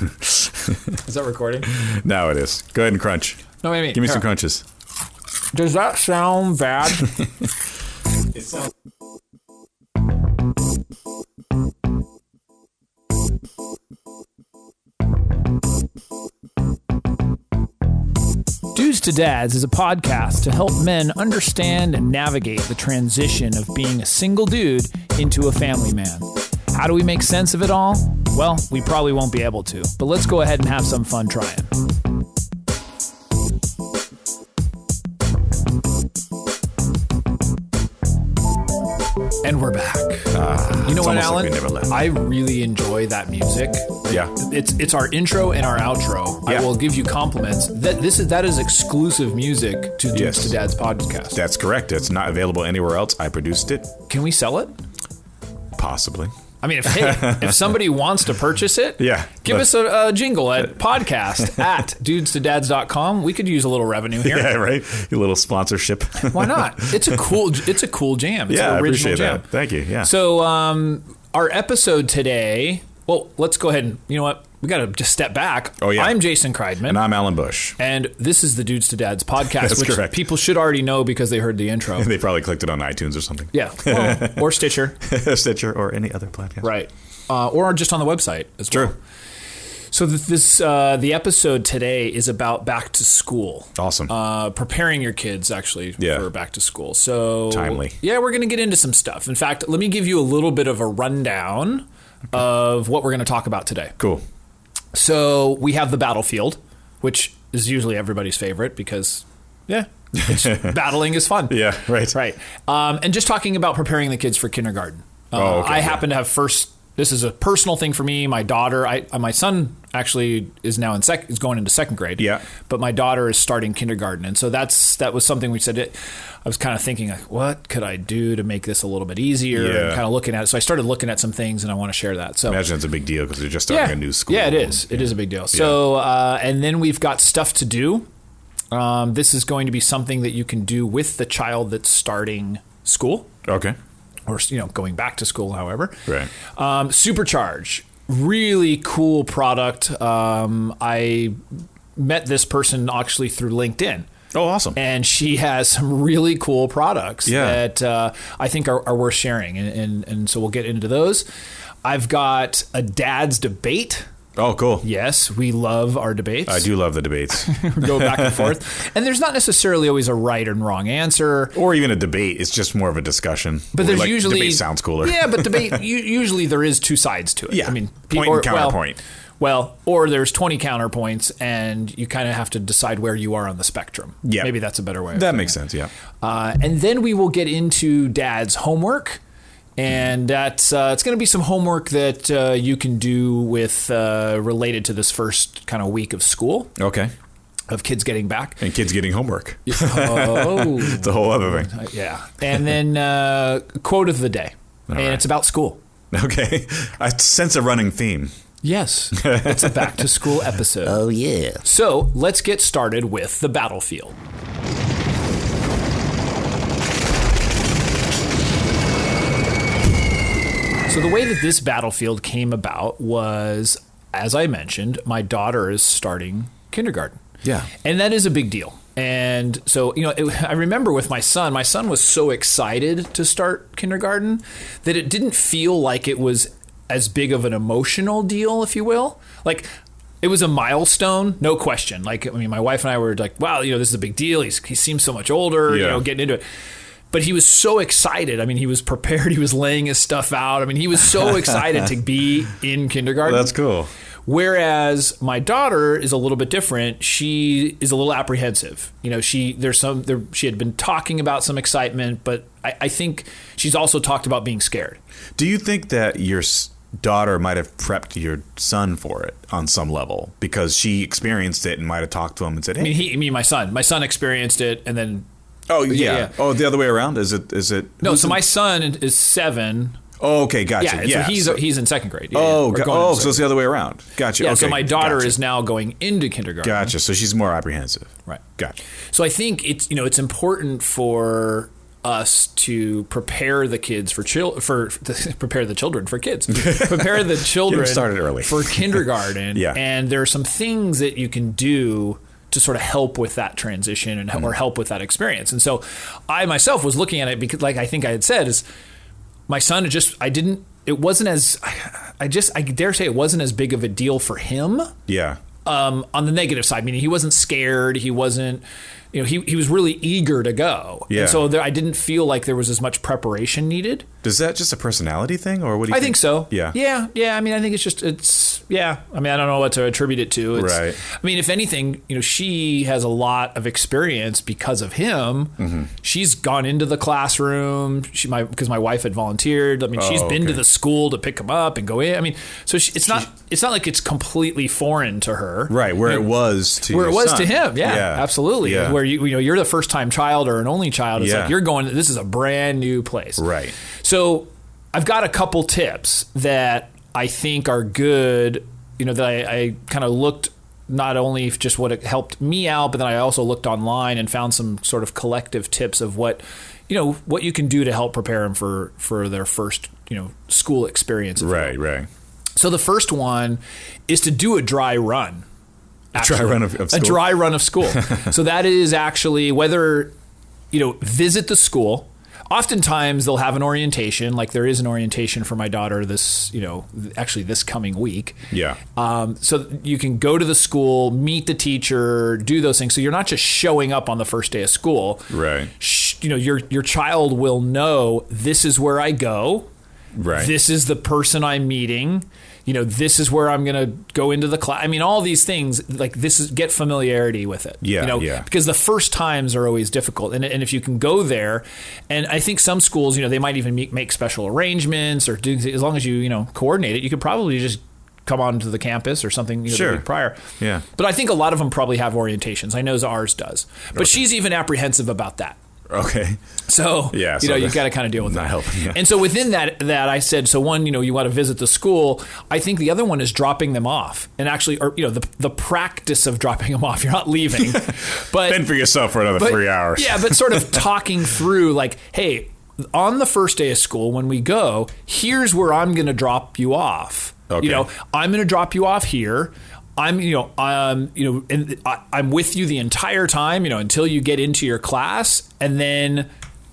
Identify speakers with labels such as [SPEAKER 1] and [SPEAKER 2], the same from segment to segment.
[SPEAKER 1] Is that recording?
[SPEAKER 2] Now it is. Go ahead and crunch.
[SPEAKER 1] No, wait, wait.
[SPEAKER 2] Give me
[SPEAKER 1] here.
[SPEAKER 2] some crunches.
[SPEAKER 1] Does that sound bad? Dudes to Dads is a podcast to help men understand and navigate the transition of being a single dude into a family man. How do we make sense of it all? Well, we probably won't be able to, but let's go ahead and have some fun trying. And we're back. you know
[SPEAKER 2] Ah, it's
[SPEAKER 1] what,
[SPEAKER 2] almost like
[SPEAKER 1] Alan?
[SPEAKER 2] we never left.
[SPEAKER 1] I really enjoy that music.
[SPEAKER 2] Yeah.
[SPEAKER 1] It's it's our intro and our outro. I
[SPEAKER 2] Yeah.
[SPEAKER 1] will give you compliments. That this is that is exclusive music to Dudes
[SPEAKER 2] Yes.
[SPEAKER 1] to Dad's podcast.
[SPEAKER 2] That's correct. It's not available anywhere else. I produced it.
[SPEAKER 1] Can we sell it?
[SPEAKER 2] Possibly.
[SPEAKER 1] I mean, if hey, if somebody wants to purchase it,
[SPEAKER 2] Yeah.
[SPEAKER 1] give us a, a jingle at podcast at dudesTodads.com. We could use a little revenue here.
[SPEAKER 2] Yeah, right? Your little sponsorship.
[SPEAKER 1] Why not? It's a cool it's a cool jam. It's
[SPEAKER 2] yeah, I
[SPEAKER 1] an original
[SPEAKER 2] appreciate
[SPEAKER 1] jam.
[SPEAKER 2] that. Thank you. Yeah.
[SPEAKER 1] So um, our episode today. Well, let's go ahead and you know what we got to just step back.
[SPEAKER 2] Oh, yeah.
[SPEAKER 1] I'm Jason Kreidman.
[SPEAKER 2] and I'm Alan Bush.
[SPEAKER 1] And this is the Dudes to Dads podcast,
[SPEAKER 2] That's
[SPEAKER 1] which
[SPEAKER 2] correct.
[SPEAKER 1] people should already know because they heard the intro.
[SPEAKER 2] They probably clicked it on iTunes or something.
[SPEAKER 1] yeah. Well, or Stitcher.
[SPEAKER 2] Stitcher or any other platform.
[SPEAKER 1] Right. Uh, or just on the website as well.
[SPEAKER 2] True.
[SPEAKER 1] So th- this uh, the episode today is about back to school.
[SPEAKER 2] Awesome.
[SPEAKER 1] Uh, preparing your kids actually
[SPEAKER 2] Yeah.
[SPEAKER 1] for back to school. So
[SPEAKER 2] Timely.
[SPEAKER 1] Yeah, we're going to get into some stuff. In fact, let me give you a little bit of a rundown of what we're going to talk about today.
[SPEAKER 2] cool.
[SPEAKER 1] So we have the battlefield, which is usually everybody's favorite because yeah, it's, battling is fun.
[SPEAKER 2] Yeah, right.
[SPEAKER 1] Right. Um, and just talking about preparing the kids for kindergarten. Uh,
[SPEAKER 2] Oh, okay,
[SPEAKER 1] I
[SPEAKER 2] yeah.
[SPEAKER 1] happen to have first. This is a personal thing for me. My daughter, I, uh, my son actually is now in sec, is going into second grade.
[SPEAKER 2] Yeah.
[SPEAKER 1] But my daughter is starting kindergarten, and so that's that was something we said. It, I was kind of thinking, like, what could I do to make this a little bit easier? And
[SPEAKER 2] Yeah.
[SPEAKER 1] kind of looking at it. So I started looking at some things, and I want to share that. So
[SPEAKER 2] Imagine it's a big deal because you're just starting a new school.
[SPEAKER 1] yeah, it is. It is a big deal. So, uh, and then we've got stuff to do. Um, this is going to be something that you can do with the child that's starting school
[SPEAKER 2] Okay.
[SPEAKER 1] or you know going back to school. However,
[SPEAKER 2] Right.
[SPEAKER 1] Um, Supercharge, really cool product. Um, I met this person actually through LinkedIn
[SPEAKER 2] Oh, awesome.
[SPEAKER 1] and she has some really cool products
[SPEAKER 2] Yeah.
[SPEAKER 1] that uh, I think are, are worth sharing. And, and, and so we'll get into those. I've got a dad's debate.
[SPEAKER 2] oh, cool.
[SPEAKER 1] Yes, we love our debates.
[SPEAKER 2] I do love the debates.
[SPEAKER 1] go back and forth. And there's not necessarily always a right and wrong answer.
[SPEAKER 2] or even a debate. It's just more of a discussion.
[SPEAKER 1] But
[SPEAKER 2] We
[SPEAKER 1] there's
[SPEAKER 2] like-
[SPEAKER 1] usually
[SPEAKER 2] Debate sounds cooler.
[SPEAKER 1] Yeah, but debate u- usually there is two sides to it.
[SPEAKER 2] Yeah.
[SPEAKER 1] I mean, pe-
[SPEAKER 2] Point and
[SPEAKER 1] well-
[SPEAKER 2] counterpoint.
[SPEAKER 1] Well, or there's 20 counterpoints, and you kind of have to decide where you are on the spectrum.
[SPEAKER 2] Yeah.
[SPEAKER 1] maybe that's a better way. of
[SPEAKER 2] That makes sense. Yeah.
[SPEAKER 1] Uh, and then we will get into dad's homework. And that's uh, it's going to be some homework that uh, you can do with uh, related to this first kind of week of school
[SPEAKER 2] Okay.
[SPEAKER 1] of kids getting back.
[SPEAKER 2] And kids getting homework.
[SPEAKER 1] Oh,
[SPEAKER 2] It's a whole other thing.
[SPEAKER 1] yeah. And then uh, quote of the day, and
[SPEAKER 2] right.
[SPEAKER 1] it's about school.
[SPEAKER 2] Okay. I sense a running theme.
[SPEAKER 1] Yes, it's a back to school episode. Oh yeah. So let's get started with the battlefield. So the way that this battlefield came about was, as I mentioned, my daughter is starting kindergarten.
[SPEAKER 2] Yeah.
[SPEAKER 1] and that is a big deal. And so you know, it, I remember with my son, my son was so excited to start kindergarten that it didn't feel like it was as big of an emotional deal, if you will. Like it was a milestone, no question. Like I mean, my wife and I were like, "Wow, you know, this is a big deal. He's, he seems so much older. You
[SPEAKER 2] Yeah.
[SPEAKER 1] know, getting into it." But he was so excited. I mean, he was prepared. He was laying his stuff out. I mean, he was so excited to be in kindergarten.
[SPEAKER 2] That's cool.
[SPEAKER 1] Whereas my daughter is a little bit different. She is a little apprehensive. You know, she there's some there, she had been talking about some excitement, but I, I think she's also talked about being scared.
[SPEAKER 2] Do you think that your s- daughter might have prepped your son for it on some level because she experienced it and might have talked to him and said, "Hey,
[SPEAKER 1] I mean, he, I mean, my son, my son experienced it, and then
[SPEAKER 2] oh yeah.
[SPEAKER 1] yeah.
[SPEAKER 2] oh the other way around? Is it? Is it?
[SPEAKER 1] no.
[SPEAKER 2] who's
[SPEAKER 1] So
[SPEAKER 2] the-
[SPEAKER 1] my son is seven.
[SPEAKER 2] oh, okay,
[SPEAKER 1] Yeah,
[SPEAKER 2] gotcha.
[SPEAKER 1] and
[SPEAKER 2] Yeah,
[SPEAKER 1] so he's
[SPEAKER 2] so-
[SPEAKER 1] he's in second grade. Yeah,
[SPEAKER 2] oh,
[SPEAKER 1] yeah,
[SPEAKER 2] go-
[SPEAKER 1] or going
[SPEAKER 2] oh,
[SPEAKER 1] to
[SPEAKER 2] so it's
[SPEAKER 1] second-
[SPEAKER 2] the other way around. Gotcha.
[SPEAKER 1] yeah.
[SPEAKER 2] okay,
[SPEAKER 1] so my daughter
[SPEAKER 2] gotcha.
[SPEAKER 1] is now going into kindergarten.
[SPEAKER 2] gotcha. So she's more apprehensive.
[SPEAKER 1] Right.
[SPEAKER 2] Gotcha.
[SPEAKER 1] So I think it's you know it's important for us to prepare the kids for chil- for prepare the children for kids, prepare the children
[SPEAKER 2] started early.
[SPEAKER 1] for kindergarten.
[SPEAKER 2] Yeah.
[SPEAKER 1] and there are some things that you can do to sort of help with that transition and
[SPEAKER 2] Mm-hmm.
[SPEAKER 1] or help with that experience. And so, I myself was looking at it because, like I think I had said, is my son had just I didn't it wasn't as I just I dare say it wasn't as big of a deal for him
[SPEAKER 2] Yeah.
[SPEAKER 1] um, on the negative side, meaning he wasn't scared. He wasn't, you know, he, he was really eager to go.
[SPEAKER 2] Yeah.
[SPEAKER 1] And so there, I didn't feel like there was as much preparation needed.
[SPEAKER 2] Is that just a personality thing, or what do you?
[SPEAKER 1] I think so.
[SPEAKER 2] Yeah.
[SPEAKER 1] Yeah. Yeah. I mean, I think it's just, it's, yeah. I mean, I don't know what to attribute it to. It's,
[SPEAKER 2] Right.
[SPEAKER 1] I mean, if anything, you know, she has a lot of experience because of him.
[SPEAKER 2] Mm-hmm.
[SPEAKER 1] She's gone into the classroom. She, my, because my wife had volunteered. I mean, she's been to
[SPEAKER 2] Oh, okay.
[SPEAKER 1] the school to pick him up and go in. I mean, so she, it's not, it's not like it's completely foreign to her.
[SPEAKER 2] Right where it was to
[SPEAKER 1] where it
[SPEAKER 2] your
[SPEAKER 1] was
[SPEAKER 2] son.
[SPEAKER 1] to him. Yeah, absolutely.
[SPEAKER 2] Yeah.
[SPEAKER 1] Where you you know you're the first time child or an only child. It's
[SPEAKER 2] Yeah.
[SPEAKER 1] like you're going. This is a brand new place.
[SPEAKER 2] Right.
[SPEAKER 1] So I've got a couple tips that I think are good. You know that I, I kind of looked not only if just what it helped me out, but then I also looked online and found some sort of collective tips of what you know what you can do to help prepare them for for their first you know school experience. if you
[SPEAKER 2] right, right.
[SPEAKER 1] so the first one is to do a dry run. actually.
[SPEAKER 2] run of- of
[SPEAKER 1] a
[SPEAKER 2] school?
[SPEAKER 1] dry run of school. so that is actually whether you know visit the school. Oftentimes they'll have an orientation, like there is an orientation for my daughter this you know actually this coming week.
[SPEAKER 2] Yeah.
[SPEAKER 1] Um, so you can go to the school, meet the teacher, do those things. So you're not just showing up on the first day of school.
[SPEAKER 2] Right.
[SPEAKER 1] Sh- You know your your child will know this is where I go
[SPEAKER 2] Right.
[SPEAKER 1] this is the person I'm meeting. You know, this is where I'm going to go into the class. I mean, all these things like this is get familiarity with it.
[SPEAKER 2] Yeah,
[SPEAKER 1] you know,
[SPEAKER 2] yeah.
[SPEAKER 1] because the first times are always difficult, and and if you can go there, and I think some schools, you know, they might even make, make special arrangements or do as long as you you know coordinate it, you could probably just come onto the campus or something you know,
[SPEAKER 2] Sure.
[SPEAKER 1] the week prior.
[SPEAKER 2] Yeah.
[SPEAKER 1] but I think a lot of them probably have orientations. I know ours does, but she's even apprehensive about that.
[SPEAKER 2] okay.
[SPEAKER 1] So
[SPEAKER 2] Yeah,
[SPEAKER 1] you
[SPEAKER 2] so
[SPEAKER 1] know, you
[SPEAKER 2] that's
[SPEAKER 1] got to kind of deal with
[SPEAKER 2] not
[SPEAKER 1] that.
[SPEAKER 2] helping, yeah.
[SPEAKER 1] And so within that, that I said, so one, you know, you want to visit the school. I think the other one is dropping them off, and actually, or you know, the the practice of dropping them off. You're not leaving, but
[SPEAKER 2] Fend for yourself for another
[SPEAKER 1] but-
[SPEAKER 2] three hours.
[SPEAKER 1] Yeah, but sort of talking through, like, hey, on the first day of school when we go, here's where I'm going to drop you off.
[SPEAKER 2] Okay.
[SPEAKER 1] You know, I'm going to drop you off here. I'm, you know, um, you know, and I, I'm with you the entire time, you know, until you get into your class, and then,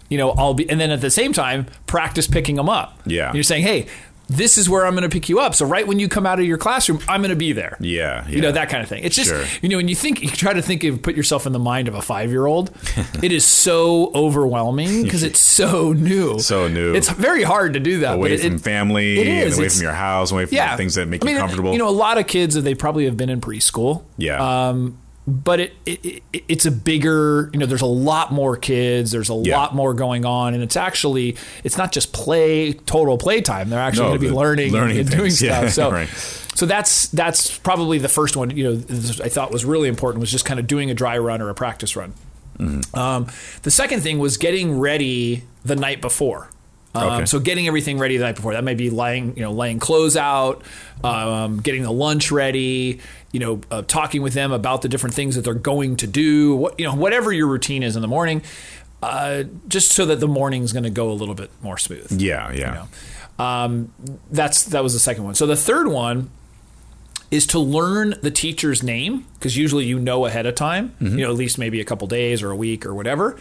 [SPEAKER 1] you know, I'll be, and then at the same time, practice picking them up.
[SPEAKER 2] Yeah.
[SPEAKER 1] you're saying, hey, this is where I'm going to pick you up. So right when you come out of your classroom, I'm going to be there
[SPEAKER 2] Yeah,
[SPEAKER 1] you know
[SPEAKER 2] yeah.
[SPEAKER 1] that kind of thing. It's just
[SPEAKER 2] Sure.
[SPEAKER 1] you know when you think you try to think of put yourself in the mind of a five year old, it is so overwhelming because it's so new,
[SPEAKER 2] So new.
[SPEAKER 1] It's very hard to do that.
[SPEAKER 2] Away
[SPEAKER 1] but it-
[SPEAKER 2] from
[SPEAKER 1] it-
[SPEAKER 2] family,
[SPEAKER 1] it is,
[SPEAKER 2] and away
[SPEAKER 1] it's-
[SPEAKER 2] from your house, away from
[SPEAKER 1] yeah,
[SPEAKER 2] things that make
[SPEAKER 1] I mean,
[SPEAKER 2] you comfortable.
[SPEAKER 1] You know, a lot of kids uh, they probably have been in preschool.
[SPEAKER 2] yeah.
[SPEAKER 1] Um, but it, it, it it's a bigger you know there's a lot more kids there's a
[SPEAKER 2] Yeah.
[SPEAKER 1] lot more going on and it's actually it's not just play total playtime they're actually
[SPEAKER 2] No,
[SPEAKER 1] going to be
[SPEAKER 2] the-
[SPEAKER 1] learning,
[SPEAKER 2] learning
[SPEAKER 1] and doing
[SPEAKER 2] things.
[SPEAKER 1] stuff
[SPEAKER 2] Yeah,
[SPEAKER 1] so
[SPEAKER 2] right.
[SPEAKER 1] so that's that's probably the first one you know th- I thought was really important was just kind of doing a dry run or a practice run um, the second thing was getting ready the night before. Um,
[SPEAKER 2] Okay.
[SPEAKER 1] So getting everything ready the night before. That may be lying, you know, laying clothes out, um, getting the lunch ready, you know, uh, talking with them about the different things that they're going to do. What you know, whatever your routine is in the morning, uh, just so that the morning's going to go a little bit more smooth
[SPEAKER 2] yeah, yeah.
[SPEAKER 1] um, that's that was the second one. So the third one is to learn the teacher's name because usually you know ahead of time,
[SPEAKER 2] Mm-hmm.
[SPEAKER 1] you know at least maybe a couple days or a week or whatever,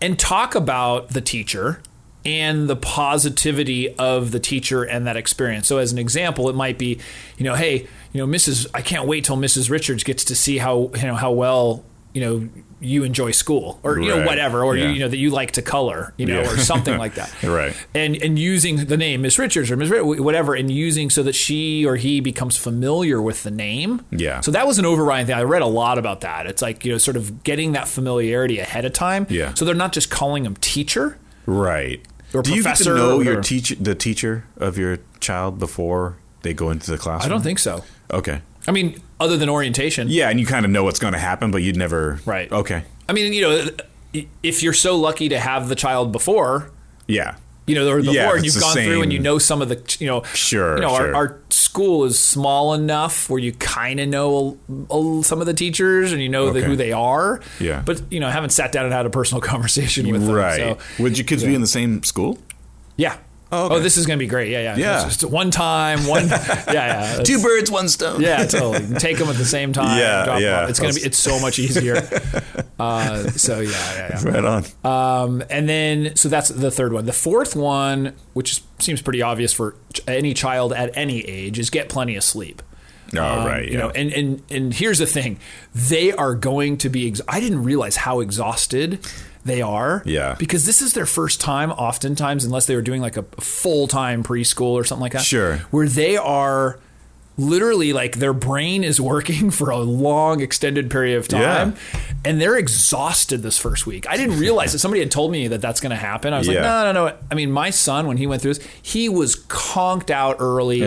[SPEAKER 1] and talk about the teacher and the positivity of the teacher and that experience. So as an example, it might be, you know, hey, you know, Mrs. I can't wait till Mrs. Richards gets to see how you know how well you know you enjoy school or you know
[SPEAKER 2] Right.
[SPEAKER 1] whatever or
[SPEAKER 2] Yeah.
[SPEAKER 1] you, you know that you like to color you know
[SPEAKER 2] Yeah.
[SPEAKER 1] or something like that
[SPEAKER 2] Right.
[SPEAKER 1] and and using the name Miss Richards or Miss Ri- whatever, and using so that she or he becomes familiar with the name.
[SPEAKER 2] Yeah.
[SPEAKER 1] So that was an overriding thing. I read a lot about that. It's like you know, sort of getting that familiarity ahead of time.
[SPEAKER 2] Yeah.
[SPEAKER 1] So they're not just calling them teacher.
[SPEAKER 2] Right.
[SPEAKER 1] Or
[SPEAKER 2] Do you get
[SPEAKER 1] professor
[SPEAKER 2] to know
[SPEAKER 1] or-
[SPEAKER 2] your teacher, the teacher of your child before they go into the classroom?
[SPEAKER 1] I don't think so.
[SPEAKER 2] Okay.
[SPEAKER 1] I mean, other than orientation.
[SPEAKER 2] Yeah, and you kind of know what's going to happen, but you'd never.
[SPEAKER 1] Right.
[SPEAKER 2] Okay.
[SPEAKER 1] I mean, you know, if you're so lucky to have the child before,
[SPEAKER 2] Yeah.
[SPEAKER 1] you know, or the
[SPEAKER 2] Yeah,
[SPEAKER 1] board
[SPEAKER 2] it's
[SPEAKER 1] you've
[SPEAKER 2] the
[SPEAKER 1] gone through and
[SPEAKER 2] same-
[SPEAKER 1] you know some of the, you know,
[SPEAKER 2] Sure,
[SPEAKER 1] you know,
[SPEAKER 2] sure.
[SPEAKER 1] Our, our school is small enough where you kind of know a, a- some of the teachers and you know the,
[SPEAKER 2] Okay.
[SPEAKER 1] who they are.
[SPEAKER 2] Yeah.
[SPEAKER 1] But, you know, I haven't sat down and had a personal conversation with them.
[SPEAKER 2] right.
[SPEAKER 1] So,
[SPEAKER 2] Would your kids be in the same school?
[SPEAKER 1] yeah.
[SPEAKER 2] Oh, okay.
[SPEAKER 1] this is going to be great. Yeah, yeah.
[SPEAKER 2] Yeah.
[SPEAKER 1] It's just one time, one. yeah, yeah. It's-
[SPEAKER 2] Two birds, one stone.
[SPEAKER 1] yeah, totally. Take them at the same time.
[SPEAKER 2] Yeah,
[SPEAKER 1] drop 'em
[SPEAKER 2] yeah.
[SPEAKER 1] off. It's gonna be. It's so much easier. uh, so yeah, yeah, yeah.
[SPEAKER 2] Right on.
[SPEAKER 1] Um, and then, so that's the third one. The fourth one, which is, seems pretty obvious for ch- any child at any age, is get plenty of sleep.
[SPEAKER 2] Oh,
[SPEAKER 1] Um,
[SPEAKER 2] right,
[SPEAKER 1] You know,
[SPEAKER 2] yeah.
[SPEAKER 1] and, and and here's the thing, they are going to be. Ex- I didn't realize how exhausted they are.
[SPEAKER 2] Yeah.
[SPEAKER 1] Because this is their first time, oftentimes, unless they were doing like a full time preschool or something like that.
[SPEAKER 2] Sure.
[SPEAKER 1] Where they are. Literally, like their brain is working for a long, extended period of
[SPEAKER 2] Yeah.
[SPEAKER 1] time, and they're exhausted this first week. I didn't realize that somebody had told me that that's going to happen. I was
[SPEAKER 2] Yeah.
[SPEAKER 1] like, no, no, no. I mean, my son, when he went through this, he was conked out early,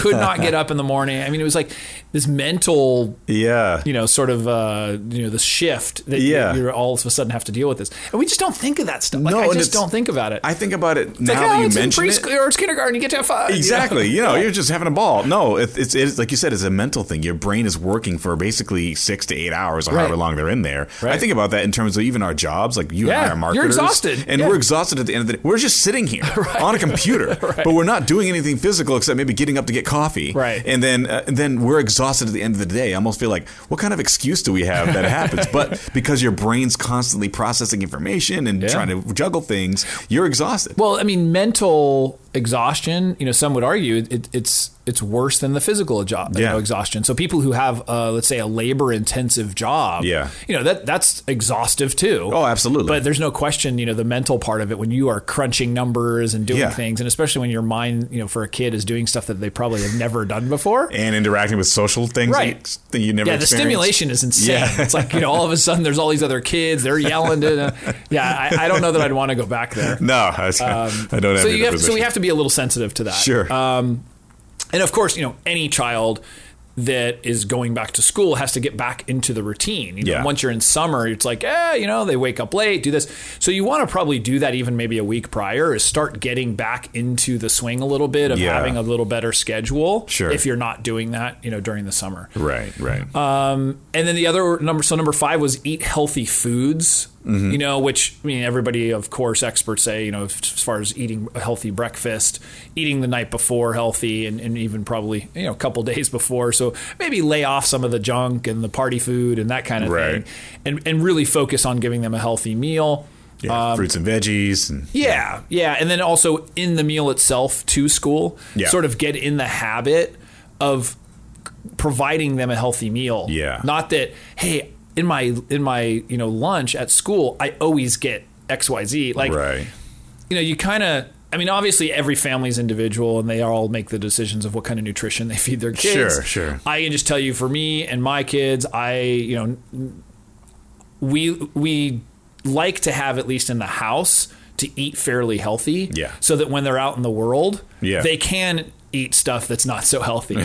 [SPEAKER 1] could not get up in the morning. I mean, it was like this mental,
[SPEAKER 2] yeah.
[SPEAKER 1] you know, sort of, uh, you know, the shift that
[SPEAKER 2] Yeah.
[SPEAKER 1] you, you all of a sudden have to deal with this. And we just don't think of that stuff. Like,
[SPEAKER 2] No,
[SPEAKER 1] I
[SPEAKER 2] and
[SPEAKER 1] just
[SPEAKER 2] it's-
[SPEAKER 1] don't think about it.
[SPEAKER 2] I think about it
[SPEAKER 1] It's
[SPEAKER 2] now
[SPEAKER 1] like,
[SPEAKER 2] that
[SPEAKER 1] oh,
[SPEAKER 2] you
[SPEAKER 1] it's in
[SPEAKER 2] mention it.
[SPEAKER 1] preschool or it's kindergarten. You get to have fun. you know?
[SPEAKER 2] Exactly. You know, you're just having a ball. No, it's, it's, it's like you said, it's a mental thing. Your brain is working for basically six to eight hours or
[SPEAKER 1] Right.
[SPEAKER 2] however long they're in there. I
[SPEAKER 1] Right.
[SPEAKER 2] think about that in terms of even our jobs. Like you
[SPEAKER 1] Yeah,
[SPEAKER 2] and I are
[SPEAKER 1] you're
[SPEAKER 2] marketers.
[SPEAKER 1] exhausted.
[SPEAKER 2] And
[SPEAKER 1] Yeah.
[SPEAKER 2] we're exhausted at the end of the day. We're just sitting here on a computer, but we're not doing anything physical except maybe getting up to get coffee.
[SPEAKER 1] Right.
[SPEAKER 2] And then, uh, and then we're exhausted at the end of the day. I almost feel like, what kind of excuse do we have that it happens? But because your brain's constantly processing information and trying to juggle things, you're exhausted.
[SPEAKER 1] Well, I mean, mental exhaustion. You know, some would argue it, it, it's it's worse than the physical job you
[SPEAKER 2] Yeah.
[SPEAKER 1] know, exhaustion. So people who have, uh, let's say, a labor intensive job,
[SPEAKER 2] Yeah.
[SPEAKER 1] you know that that's exhaustive too.
[SPEAKER 2] Oh, absolutely.
[SPEAKER 1] But there's no question, you know, the mental part of it when you are crunching numbers and doing
[SPEAKER 2] Yeah.
[SPEAKER 1] things, and especially when your mind, you know, for a kid is doing stuff that they probably have never done before.
[SPEAKER 2] and interacting with social things
[SPEAKER 1] Right.
[SPEAKER 2] that you, that you never
[SPEAKER 1] Yeah, the
[SPEAKER 2] experienced.
[SPEAKER 1] stimulation is insane.
[SPEAKER 2] Yeah.
[SPEAKER 1] It's like you know, all of a sudden there's all these other kids. They're yelling. To, yeah, I, I don't know that I'd want to go back there.
[SPEAKER 2] No, I, I don't have
[SPEAKER 1] Um, so
[SPEAKER 2] any
[SPEAKER 1] you have, so
[SPEAKER 2] position.
[SPEAKER 1] we have to be a little sensitive to um, that.
[SPEAKER 2] Sure.
[SPEAKER 1] and of course, you know, any child that is going back to school has to get back into the routine. You know,
[SPEAKER 2] Yeah.
[SPEAKER 1] Once you're in summer, it's like, eh, you know, they wake up late, do this. So you want to probably do that even maybe a week prior is start getting back into the swing a little bit of
[SPEAKER 2] Yeah.
[SPEAKER 1] having a little better schedule.
[SPEAKER 2] Sure.
[SPEAKER 1] If you're not doing that, you know, during the summer.
[SPEAKER 2] right, right.
[SPEAKER 1] uh, And then the other number, so number five was eat healthy foods. You know, which I mean, everybody, of course, experts say, you know, as far as eating a healthy breakfast, eating the night before healthy, and, and even probably you know a couple days before. So maybe lay off some of the junk and the party food and that kind of thing,
[SPEAKER 2] Right.
[SPEAKER 1] and and really focus on giving them a healthy meal.
[SPEAKER 2] yeah, fruits and veggies. And,
[SPEAKER 1] um, Yeah, yeah, and then also in the meal itself to school,
[SPEAKER 2] Yeah.
[SPEAKER 1] sort of get in the habit of providing them a healthy meal.
[SPEAKER 2] Yeah.
[SPEAKER 1] Not that hey, in my in my, you know, lunch at school, I always get XYZ. Like
[SPEAKER 2] right.
[SPEAKER 1] you know, you kind of I mean, obviously, every family's individual, and they all make the decisions of what kind of nutrition they feed their kids.
[SPEAKER 2] Sure, sure.
[SPEAKER 1] I can just tell you, for me and my kids, I you know we we like to have at least in the house to eat fairly healthy
[SPEAKER 2] Yeah.
[SPEAKER 1] so that when they're out in the world
[SPEAKER 2] Yeah.
[SPEAKER 1] they can eat stuff that's not so healthy you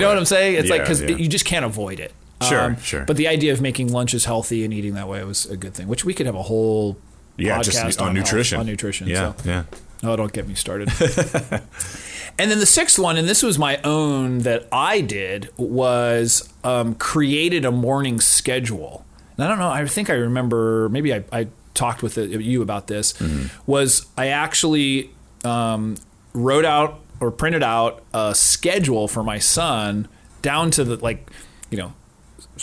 [SPEAKER 1] know what i'm saying it's like
[SPEAKER 2] Yeah,
[SPEAKER 1] 'cause like
[SPEAKER 2] yeah.
[SPEAKER 1] because you just can't avoid it Um,
[SPEAKER 2] Sure, sure.
[SPEAKER 1] but the idea of making lunches healthy and eating that way was a good thing which we could have a whole
[SPEAKER 2] Yeah,
[SPEAKER 1] podcast
[SPEAKER 2] just
[SPEAKER 1] health-
[SPEAKER 2] on, nutrition.
[SPEAKER 1] on nutrition
[SPEAKER 2] Yeah,
[SPEAKER 1] so.
[SPEAKER 2] yeah.
[SPEAKER 1] Oh, don't get me started. and then the sixth one, and this was my own that I did, was um, created a morning schedule. And I don't know. I think I remember. Maybe I, I talked with uh, you about this.
[SPEAKER 2] Mm-hmm.
[SPEAKER 1] Was I actually um, wrote out or printed out a schedule for my son down to the like, you know.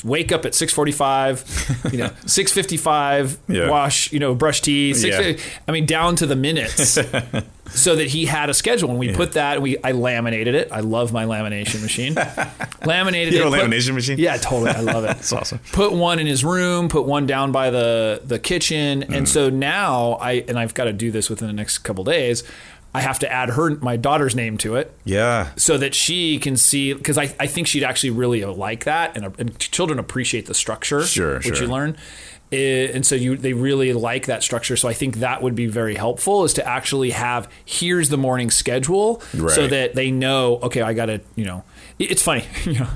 [SPEAKER 1] Wake up at six forty-five, you know, six fifty-five.
[SPEAKER 2] Yeah.
[SPEAKER 1] Wash, you know, brush teeth. Six,
[SPEAKER 2] Yeah.
[SPEAKER 1] I mean, down to the minutes, so that he had a schedule. And we put that. We I laminated it. I love my lamination machine. laminated
[SPEAKER 2] You have
[SPEAKER 1] it,
[SPEAKER 2] a
[SPEAKER 1] put-
[SPEAKER 2] lamination machine?
[SPEAKER 1] Yeah, totally. I love it.
[SPEAKER 2] That's awesome.
[SPEAKER 1] Put one in his room. Put one down by the the kitchen.
[SPEAKER 2] Mm.
[SPEAKER 1] And so now I and I've got to do this within the next couple days. I have to add her my daughter's name to it
[SPEAKER 2] Yeah.
[SPEAKER 1] so that she can see because I, I think she'd actually really like that and, and children appreciate the structure
[SPEAKER 2] Sure,
[SPEAKER 1] which
[SPEAKER 2] sure.
[SPEAKER 1] you learn Eh, and so you they really like that structure so i think that would be very helpful is to actually have here's the morning schedule so
[SPEAKER 2] Right.
[SPEAKER 1] that they know okay i gotta you know it- it's funny you know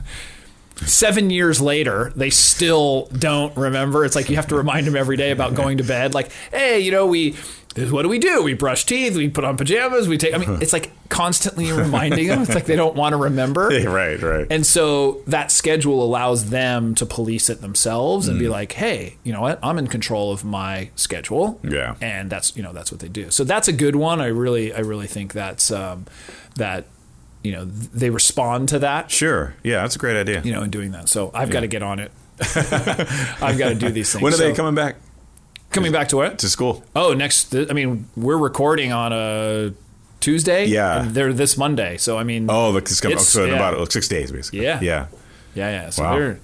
[SPEAKER 1] seven years later, they still don't remember. It's like you have to remind them every day about going to bed. Like, hey, you know, we this- what do we do? We brush teeth, we put on pajamas, we take. I mean, it's like constantly reminding them. It's like they don't want to remember.
[SPEAKER 2] right, right.
[SPEAKER 1] And so that schedule allows them to police it themselves and be
[SPEAKER 2] Mm.
[SPEAKER 1] like, hey, you know what? I'm in control of my schedule.
[SPEAKER 2] Yeah.
[SPEAKER 1] And that's you know that's what they do. So that's a good one. I really I really think that's um, that you know th- they respond to that
[SPEAKER 2] sure. Yeah, that's a great idea.
[SPEAKER 1] you know in doing that. So I've got to get on it. I've got to do these things.
[SPEAKER 2] when are they
[SPEAKER 1] So-
[SPEAKER 2] coming back
[SPEAKER 1] coming back to what?
[SPEAKER 2] to school?
[SPEAKER 1] Oh, next. I mean, we're recording on a Tuesday.
[SPEAKER 2] Yeah.
[SPEAKER 1] and they're this Monday. So I mean,
[SPEAKER 2] Oh, the, it's coming.
[SPEAKER 1] It's-
[SPEAKER 2] so in
[SPEAKER 1] yeah.
[SPEAKER 2] about like six days, basically.
[SPEAKER 1] Yeah.
[SPEAKER 2] Yeah.
[SPEAKER 1] yeah, yeah. So
[SPEAKER 2] Wow.
[SPEAKER 1] they're.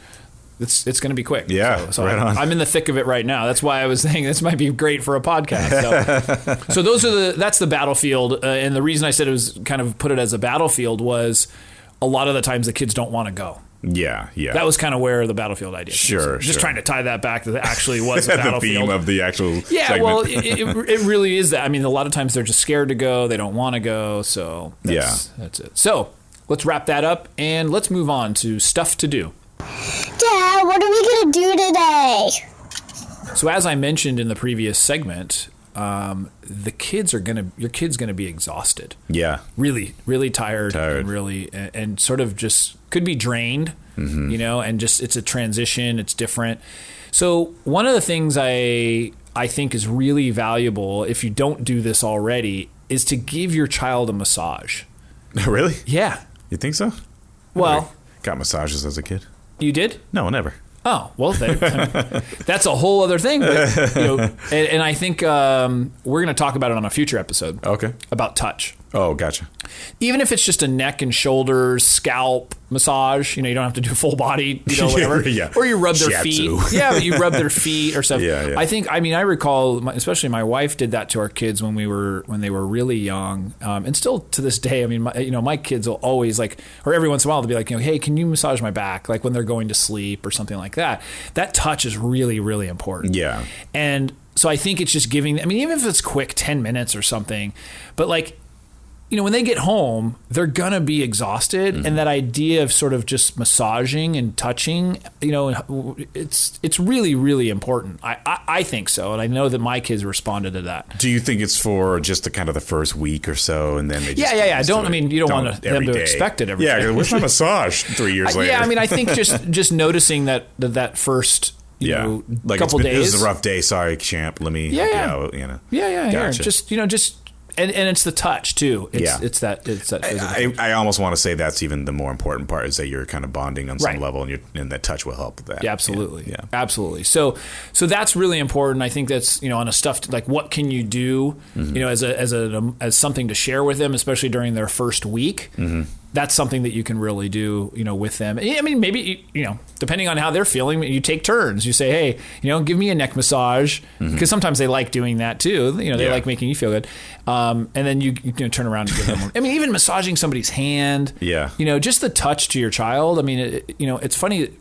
[SPEAKER 1] It's, it's going to be quick.
[SPEAKER 2] Yeah,
[SPEAKER 1] so, so
[SPEAKER 2] right
[SPEAKER 1] I'm,
[SPEAKER 2] on.
[SPEAKER 1] I'm in the thick of it right now. That's why I was saying this might be great for a podcast. So, so those are the that's the battlefield, uh, and the reason I said it was kind of put it as a battlefield was a lot of the times the kids don't want to go.
[SPEAKER 2] Yeah. Yeah.
[SPEAKER 1] That was kind of where the battlefield idea. came.
[SPEAKER 2] Sure,
[SPEAKER 1] So just
[SPEAKER 2] sure.
[SPEAKER 1] trying to tie that back to that actually was a
[SPEAKER 2] the
[SPEAKER 1] battlefield.
[SPEAKER 2] theme of the actual.
[SPEAKER 1] Yeah,
[SPEAKER 2] segment.
[SPEAKER 1] well, it, it, it really is that. I mean, a lot of times they're just scared to go, they don't want to go, so that's, yeah, that's it. So let's wrap that up and let's move on to stuff to do.
[SPEAKER 3] Dad, what are we gonna do today?
[SPEAKER 1] So as I mentioned in the previous segment, um, the kids are gonna, your kid's gonna be exhausted,
[SPEAKER 2] yeah.
[SPEAKER 1] really, really tired,
[SPEAKER 2] Tired.
[SPEAKER 1] and really, and, and sort of just could be drained,
[SPEAKER 2] Mm-hmm.
[SPEAKER 1] you know, and just it's a transition, it's different. So one of the things I I think is really valuable if you don't do this already is to give your child a massage.
[SPEAKER 2] really?
[SPEAKER 1] Yeah.
[SPEAKER 2] You think so?
[SPEAKER 1] Well,
[SPEAKER 2] Got massages as a kid?
[SPEAKER 1] you did.
[SPEAKER 2] No, never.
[SPEAKER 1] Oh well, they, that's a whole other thing. But, you know, and, and I think um, we're going to talk about it on a future episode
[SPEAKER 2] Okay.
[SPEAKER 1] about touch.
[SPEAKER 2] Oh, gotcha.
[SPEAKER 1] Even if it's just a neck and shoulders, scalp massage, you know, you don't have to do full body, you know,
[SPEAKER 2] Yeah,
[SPEAKER 1] whatever.
[SPEAKER 2] yeah.
[SPEAKER 1] Or you rub their
[SPEAKER 2] Shiatsu.
[SPEAKER 1] feet. Yeah, but you rub their feet or something.
[SPEAKER 2] Yeah, yeah.
[SPEAKER 1] I think. I mean, I recall, my, especially my wife did that to our kids when we were when they were really young, um, and still to this day. I mean, my, you know, my kids will always like, or every once in a while, they'll be like, you know, hey, can you massage my back? Like when they're going to sleep or something like that. That touch is really, really important.
[SPEAKER 2] Yeah.
[SPEAKER 1] And so I think it's just giving. I mean, even if it's quick, ten minutes or something, but like you know, when they get home, they're gonna be exhausted,
[SPEAKER 2] Mm-hmm.
[SPEAKER 1] and that idea of sort of just massaging and touching, you know, it's it's really really important. I I, I think so, and I know that my kids responded to that.
[SPEAKER 2] Do you think it's for just the kind of the first week or so, and then they just
[SPEAKER 1] Yeah, yeah,
[SPEAKER 2] get
[SPEAKER 1] yeah.
[SPEAKER 2] used to
[SPEAKER 1] Don't- I
[SPEAKER 2] it?
[SPEAKER 1] mean, you don't want to- them
[SPEAKER 2] every
[SPEAKER 1] to
[SPEAKER 2] day.
[SPEAKER 1] expect it every
[SPEAKER 2] yeah,
[SPEAKER 1] day.
[SPEAKER 2] 'cause where's my massage three years later?
[SPEAKER 1] Yeah, I mean, I think just just noticing that that, that first you
[SPEAKER 2] yeah,
[SPEAKER 1] know,
[SPEAKER 2] like it's
[SPEAKER 1] couple
[SPEAKER 2] been-
[SPEAKER 1] days.
[SPEAKER 2] This is a rough day. Sorry, champ. Let me.
[SPEAKER 1] Yeah, yeah.
[SPEAKER 2] help you out, you know.
[SPEAKER 1] yeah, yeah, yeah.
[SPEAKER 2] Gotcha.
[SPEAKER 1] Just you know, just and, and it's the touch too. It's,
[SPEAKER 2] Yeah.
[SPEAKER 1] it's that it's that. physical
[SPEAKER 2] I, I almost want to say that's even the more important part is that you're kind of bonding on some
[SPEAKER 1] Right.
[SPEAKER 2] level, and, you're, and that touch will help with that.
[SPEAKER 1] Yeah, absolutely.
[SPEAKER 2] Yeah.
[SPEAKER 1] absolutely. So, so that's really important. I think that's you know on a stuffed like what can you do you know as a as a um, as something to share with them, especially during their first week.
[SPEAKER 2] Mm-hmm.
[SPEAKER 1] That's something that you can really do you know with them. I mean, maybe you know depending on how they're feeling, you take turns. You say, hey, you know, give me a neck massage because sometimes they like doing that too. You know, they
[SPEAKER 2] Mm-hmm. Yeah.
[SPEAKER 1] like making you feel good. Um, and then you, you know, turn around and give them. I mean, even massaging somebody's hand.
[SPEAKER 2] Yeah.
[SPEAKER 1] You know, just the touch to your child. I mean, it, you know, it's funny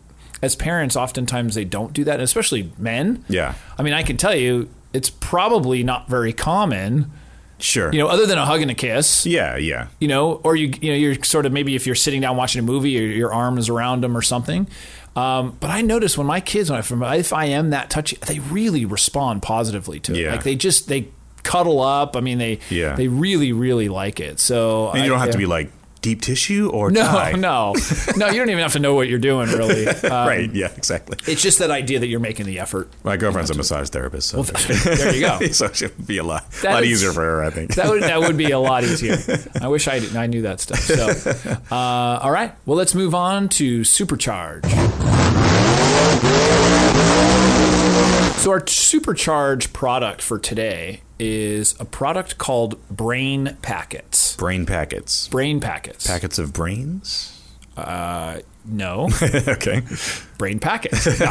[SPEAKER 1] as parents, oftentimes they don't do that, and especially men.
[SPEAKER 2] Yeah.
[SPEAKER 1] I mean, I can tell you it's probably not very common,
[SPEAKER 2] Sure.
[SPEAKER 1] you know, other than a hug and a kiss.
[SPEAKER 2] yeah, yeah.
[SPEAKER 1] You know, or you you know you're sort of maybe if you're sitting down watching a movie, your, your arm is around them or something. Um, but I notice when my kids, when I, if I am that touchy, they really respond positively to it.
[SPEAKER 2] Yeah.
[SPEAKER 1] Like they just they cuddle up. I mean, they
[SPEAKER 2] Yeah.
[SPEAKER 1] they really really like it. So
[SPEAKER 2] And you don't have to
[SPEAKER 1] yeah.
[SPEAKER 2] be like deep tissue or
[SPEAKER 1] no
[SPEAKER 2] tie.
[SPEAKER 1] no no. You don't even have to know what you're doing really. Um,
[SPEAKER 2] right. Yeah, exactly.
[SPEAKER 1] It's just that idea that you're making the effort.
[SPEAKER 2] My girlfriend's a massage therapist, so,
[SPEAKER 1] There you go.
[SPEAKER 2] so it should be a lot,
[SPEAKER 1] That
[SPEAKER 2] lot
[SPEAKER 1] is-
[SPEAKER 2] easier for her, I think.
[SPEAKER 1] That would that would be a lot easier. I wish I did, I knew that stuff. So, uh, all right. Well, let's move on to supercharge. So our supercharge product for today is a product called Brain Packets.
[SPEAKER 2] Brain packets.
[SPEAKER 1] Brain Packets.
[SPEAKER 2] Packets of brains?
[SPEAKER 1] no.
[SPEAKER 2] okay.
[SPEAKER 1] brain packet. No.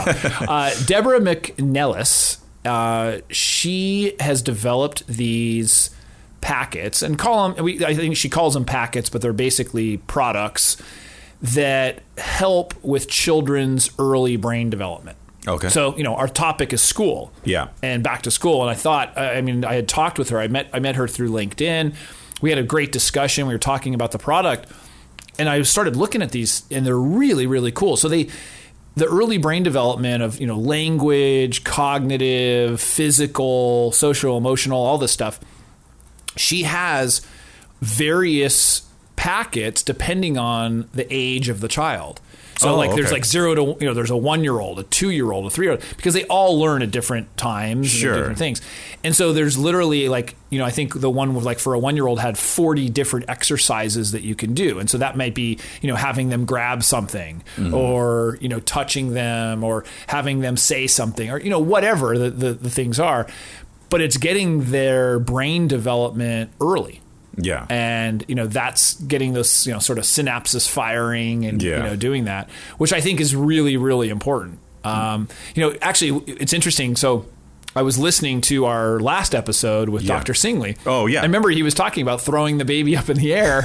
[SPEAKER 1] uh, Deborah McNellis, uh, she has developed these packets and call them, we, I think she calls them packets, but they're basically products that help with children's early brain development.
[SPEAKER 2] Okay.
[SPEAKER 1] So, you know, our topic is school.
[SPEAKER 2] Yeah.
[SPEAKER 1] And back to school. And I thought, uh, I I mean, I had talked with her. I met, I met her through LinkedIn. We had a great discussion. We were talking about the product, and I started looking at these, and they're really, really cool. So they, the early brain development of you know language, cognitive, physical, social, emotional, all this stuff. She has various packets depending on the age of the child. So
[SPEAKER 2] Oh,
[SPEAKER 1] like there's
[SPEAKER 2] okay.
[SPEAKER 1] like zero to you know there's a one year old, a two year old, a three year old because they all learn at different times and
[SPEAKER 2] Sure.
[SPEAKER 1] at different things. And so there's literally like you know I think the one with like for a one year old had 40 different exercises that you can do. And so that might be you know having them grab something or you know touching them or having them say something or you know whatever the the, the things are. But it's getting their brain development early
[SPEAKER 2] Yeah.
[SPEAKER 1] and you know that's getting those you know sort of synapses firing and you
[SPEAKER 2] Yeah.
[SPEAKER 1] know doing that which i think is really really important um, you know actually it's interesting so i was listening to our last episode with
[SPEAKER 2] Yeah.
[SPEAKER 1] dr singley
[SPEAKER 2] Oh, yeah.
[SPEAKER 1] i remember he was talking about throwing the baby up in the air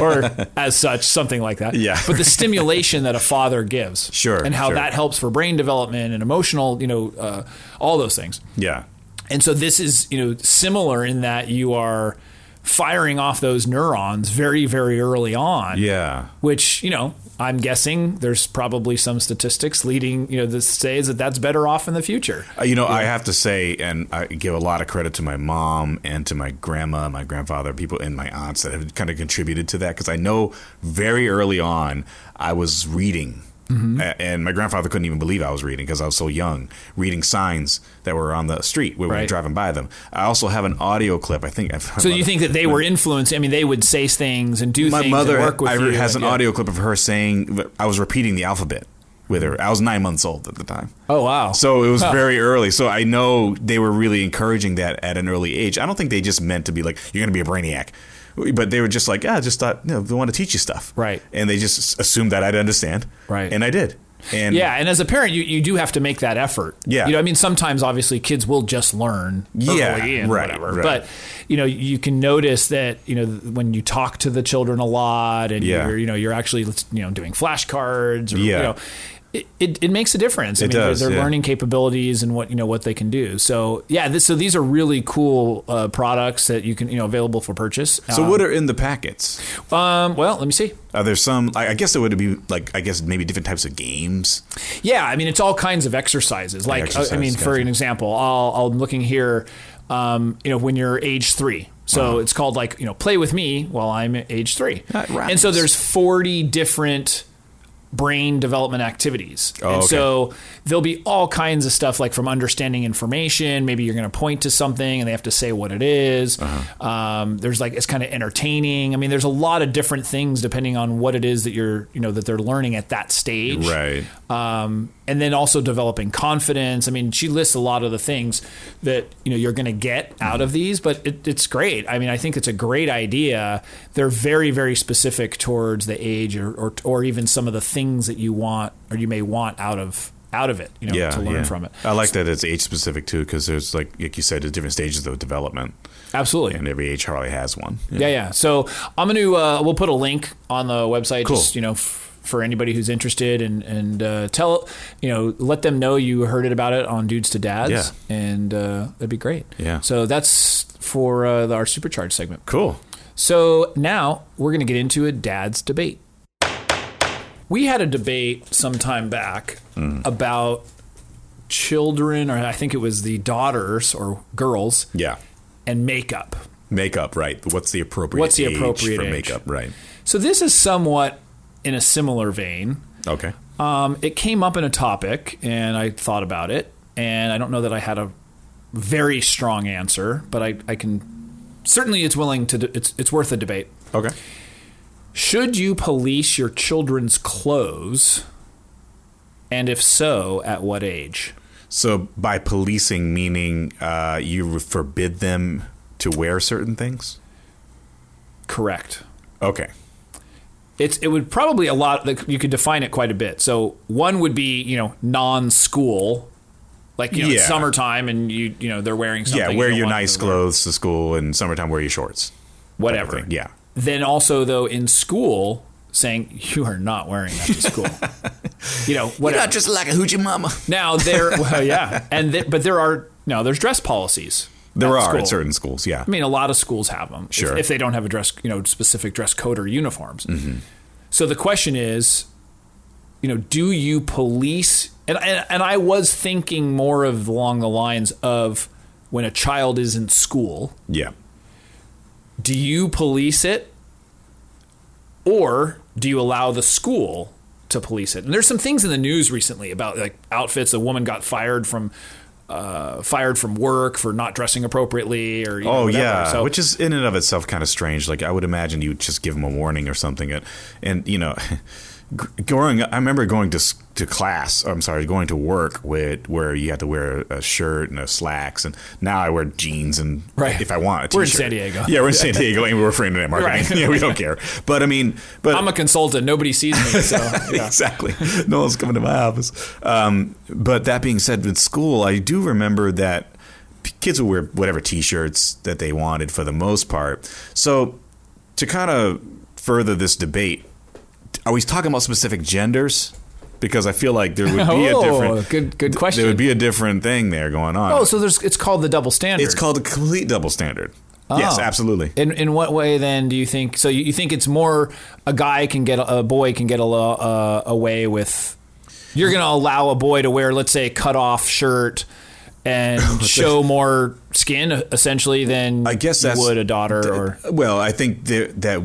[SPEAKER 1] or as such something like that
[SPEAKER 2] Yeah.
[SPEAKER 1] but the stimulation that a father gives
[SPEAKER 2] Sure,
[SPEAKER 1] and how
[SPEAKER 2] sure.
[SPEAKER 1] that helps for brain development and emotional you know uh, all those things
[SPEAKER 2] yeah.
[SPEAKER 1] and so this is, you know, similar in that you are firing off those neurons very, very early on.
[SPEAKER 2] Yeah.
[SPEAKER 1] Which, you know, I'm guessing there's probably some statistics leading, you know, that says that that's better off in the future.
[SPEAKER 2] Uh, You know, I have to say, and I give a lot of credit to my mom and to my grandma, my grandfather, people, and my aunts that have kind of contributed to that because I know very early on I was reading.
[SPEAKER 1] Mm-hmm.
[SPEAKER 2] A- And my grandfather couldn't even believe I was reading because I was so young, reading signs that were on the street when we
[SPEAKER 1] Right.
[SPEAKER 2] were driving by them. I also have an audio clip. I think. I've,
[SPEAKER 1] So you think that they were influenced? I mean, they would say things and do
[SPEAKER 2] my
[SPEAKER 1] things
[SPEAKER 2] mother
[SPEAKER 1] and work with
[SPEAKER 2] I,
[SPEAKER 1] you.
[SPEAKER 2] has
[SPEAKER 1] and-
[SPEAKER 2] an
[SPEAKER 1] yeah.
[SPEAKER 2] audio clip of her saying that I was repeating the alphabet with her. I was nine months old at the time.
[SPEAKER 1] Oh, wow.
[SPEAKER 2] So it was very early. So I know they were really encouraging that at an early age. I don't think they just meant to be like you're going to be a brainiac. But they were just like, yeah, I just thought, you know, they want to teach you stuff.
[SPEAKER 1] Right.
[SPEAKER 2] And they just assumed that I'd understand.
[SPEAKER 1] Right.
[SPEAKER 2] And I did. And
[SPEAKER 1] Yeah, and as a parent, you, you do have to make that effort.
[SPEAKER 2] Yeah.
[SPEAKER 1] you know, I mean, sometimes obviously kids will just learn.
[SPEAKER 2] Yeah,
[SPEAKER 1] early and
[SPEAKER 2] right,
[SPEAKER 1] whatever.
[SPEAKER 2] right.
[SPEAKER 1] But you know, you can notice that you know when you talk to the children a lot, and
[SPEAKER 2] Yeah.
[SPEAKER 1] you're you know you're actually you know doing flashcards. Or,
[SPEAKER 2] Yeah.
[SPEAKER 1] You know, it, it, it makes a difference. I
[SPEAKER 2] It
[SPEAKER 1] mean, they're-
[SPEAKER 2] does,
[SPEAKER 1] They're
[SPEAKER 2] yeah.
[SPEAKER 1] learning capabilities and what you know what they can do. So yeah, this, so these are really cool uh, products that you can you know available for purchase.
[SPEAKER 2] So what are in the packets?
[SPEAKER 1] Um, well, let me see.
[SPEAKER 2] Are there some? I I guess it would be like I guess maybe different types of games.
[SPEAKER 1] Yeah, I mean, it's all kinds of exercises. Like, uh,
[SPEAKER 2] Exercise,
[SPEAKER 1] I mean, for
[SPEAKER 2] gotcha.
[SPEAKER 1] an example, I'll, I'll- I'm looking here. Um, you know, when you're age three, so it's called like you know, play with me while I'm age three,
[SPEAKER 2] Uh-huh. That rhymes.
[SPEAKER 1] and so there's 40 different brain development activities.
[SPEAKER 2] Oh,
[SPEAKER 1] and
[SPEAKER 2] okay.
[SPEAKER 1] so there'll be all kinds of stuff like from understanding information. Maybe you're going to point to something and they have to say what it is.
[SPEAKER 2] Uh-huh.
[SPEAKER 1] Um, there's like it's kind of entertaining. I mean, there's a lot of different things depending on what it is that you're you know that they're learning at that stage
[SPEAKER 2] Right.
[SPEAKER 1] um, and then also developing confidence. I mean, she lists a lot of the things that you know you're going to get out of these, but it, it's great. I mean, I think it's a great idea. They're very, very specific towards the age or, or or even some of the things that you want or you may want out of out of it. You know,
[SPEAKER 2] Yeah.
[SPEAKER 1] to learn
[SPEAKER 2] yeah.
[SPEAKER 1] from it.
[SPEAKER 2] I like that it's age specific too because there's like like you said, there's different stages of development,
[SPEAKER 1] Absolutely.
[SPEAKER 2] and every age Harley has one.
[SPEAKER 1] yeah, yeah. So I'm going to uh, we'll put a link on the website.
[SPEAKER 2] Cool.
[SPEAKER 1] Just you know. F- for anybody who's interested and and uh, tell you know let them know you heard it about it on Dudes to Dads
[SPEAKER 2] Yeah.
[SPEAKER 1] and uh, that'd be great
[SPEAKER 2] Yeah.
[SPEAKER 1] so that's for uh, the, our supercharge segment
[SPEAKER 2] Cool.
[SPEAKER 1] so now we're going to get into a dad's debate. We had a debate some time back
[SPEAKER 2] Mm.
[SPEAKER 1] about children, or I think it was the daughters or girls,
[SPEAKER 2] Yeah.
[SPEAKER 1] and makeup.
[SPEAKER 2] Makeup, right? What's the appropriate?
[SPEAKER 1] What's the
[SPEAKER 2] age
[SPEAKER 1] appropriate
[SPEAKER 2] for
[SPEAKER 1] age?
[SPEAKER 2] makeup? Right.
[SPEAKER 1] So this is somewhat in a similar vein.
[SPEAKER 2] Okay.
[SPEAKER 1] Um, it came up in a topic, and I thought about it, and I don't know that I had a very strong answer, but I, I can certainly it's willing to de- it's it's worth a debate.
[SPEAKER 2] Okay.
[SPEAKER 1] Should you police your children's clothes? And if so, at what age?
[SPEAKER 2] So by policing, meaning uh, you forbid them to wear certain things.
[SPEAKER 1] Correct.
[SPEAKER 2] Okay.
[SPEAKER 1] It's it would probably a lot like, you could define it quite a bit. So one would be, you know, non-school like you know, it's
[SPEAKER 2] Yeah.
[SPEAKER 1] summertime and you you know they're wearing something.
[SPEAKER 2] Yeah,
[SPEAKER 1] you
[SPEAKER 2] wear
[SPEAKER 1] don't
[SPEAKER 2] your
[SPEAKER 1] want
[SPEAKER 2] nice
[SPEAKER 1] them to wear.
[SPEAKER 2] clothes to school, and summertime wear your shorts. type of
[SPEAKER 1] whatever.
[SPEAKER 2] thing. Yeah.
[SPEAKER 1] Then also though in school saying you are not wearing that to school. you know, whatever.
[SPEAKER 2] just like a hoochie mama.
[SPEAKER 1] now there well, yeah. And th- but there are no, there's dress policies.
[SPEAKER 2] There
[SPEAKER 1] at
[SPEAKER 2] are
[SPEAKER 1] school.
[SPEAKER 2] at certain schools. Yeah.
[SPEAKER 1] I mean, a lot of schools have them. if-
[SPEAKER 2] Sure.
[SPEAKER 1] If, they don't have a
[SPEAKER 2] Mm-hmm.
[SPEAKER 1] dress, you know, specific dress code or uniforms. So the question is, you know, do you police? And, and and I was thinking more of along the lines of when a child is in school,
[SPEAKER 2] Yeah.
[SPEAKER 1] do you police it or do you allow the school to police it and there's some things in the news recently about like outfits a woman got fired from uh, fired from work for not dressing appropriately or you know,
[SPEAKER 2] Oh
[SPEAKER 1] whatever.
[SPEAKER 2] yeah,
[SPEAKER 1] so
[SPEAKER 2] which is in and of itself kind of strange. Like I would imagine you would just give them a warning or something. And, and you know, g- growing, up- I remember going to s- to class. I'm sorry, going to work with where you had to wear a shirt and a slacks. And now I wear jeans and
[SPEAKER 1] Right.
[SPEAKER 2] if I want. A
[SPEAKER 1] We're in
[SPEAKER 2] t-shirt.
[SPEAKER 1] San Diego.
[SPEAKER 2] Yeah, we're in San Diego, and we're free internet marketing.
[SPEAKER 1] Right.
[SPEAKER 2] Yeah, we don't care. But I mean, but
[SPEAKER 1] i'm a consultant nobody sees me so yeah.
[SPEAKER 2] exactly. No one's coming to my office. Um, but that being said, with school, I do remember that p- kids would wear whatever T-shirts that they wanted for the most part. So to kind of further this debate, are we talking about specific genders? Because I feel like there would be
[SPEAKER 1] Oh,
[SPEAKER 2] a different
[SPEAKER 1] good- good
[SPEAKER 2] th-
[SPEAKER 1] question.
[SPEAKER 2] There would be a different thing there going on.
[SPEAKER 1] oh so there's it's called the double standard
[SPEAKER 2] it's called a complete double standard. Yes,
[SPEAKER 1] Oh.
[SPEAKER 2] absolutely.
[SPEAKER 1] in, in what way then do you think so you, you think it's more a guy can get a boy can get a, lo- uh, away with you're going to allow a boy to wear let's say a cut off shirt and show more skin essentially than
[SPEAKER 2] I guess that's
[SPEAKER 1] you would a daughter or
[SPEAKER 2] Well, I think the, that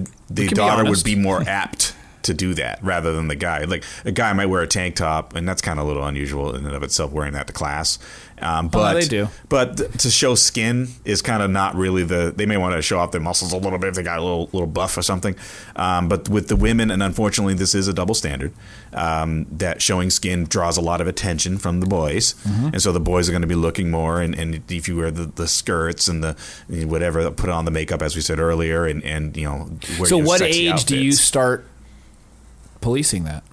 [SPEAKER 1] can be
[SPEAKER 2] the daughter would
[SPEAKER 1] honest.
[SPEAKER 2] be more apt to do that rather than the guy. Like a guy might wear a tank top, and that's kind of a little unusual in and of itself, wearing that to class. Um, but
[SPEAKER 1] Oh, they do.
[SPEAKER 2] But th- to show skin is kind of not really the. They may want to show off their muscles a little bit if they got a little little buff or something. Um, but with the women, and unfortunately, this is a double standard um, that showing skin draws a lot of attention from the boys,
[SPEAKER 1] Mm-hmm.
[SPEAKER 2] and so the boys are going to be looking more. And, and if you wear the, the skirts and the whatever, put on the makeup as we said earlier, and and you know. Wear
[SPEAKER 1] so
[SPEAKER 2] your
[SPEAKER 1] what
[SPEAKER 2] sexy
[SPEAKER 1] age do you
[SPEAKER 2] outfits.
[SPEAKER 1] start policing that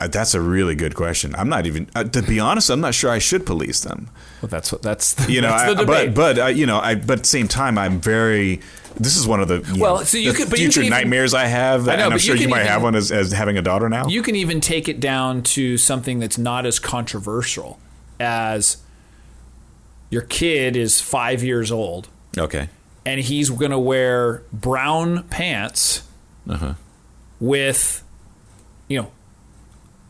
[SPEAKER 2] Uh, that's a really good question. I'm not even uh, to be honest. I'm not sure I should police them.
[SPEAKER 1] well that's what that's the,
[SPEAKER 2] you know,
[SPEAKER 1] that's
[SPEAKER 2] I,
[SPEAKER 1] the debate
[SPEAKER 2] but but uh, you know, I but at the same time, I'm very. This is one of the you
[SPEAKER 1] Well,
[SPEAKER 2] know,
[SPEAKER 1] so you
[SPEAKER 2] the
[SPEAKER 1] could- but you
[SPEAKER 2] future
[SPEAKER 1] could even-
[SPEAKER 2] nightmares I have,
[SPEAKER 1] know,
[SPEAKER 2] and I'm
[SPEAKER 1] but you
[SPEAKER 2] sure you,
[SPEAKER 1] could
[SPEAKER 2] might
[SPEAKER 1] even-
[SPEAKER 2] have one as, as having a daughter now.
[SPEAKER 1] you can even take it down to something that's not as controversial as your kid is 5 years old
[SPEAKER 2] okay,
[SPEAKER 1] and he's going to wear brown pants
[SPEAKER 2] Uh-huh.
[SPEAKER 1] with, you know,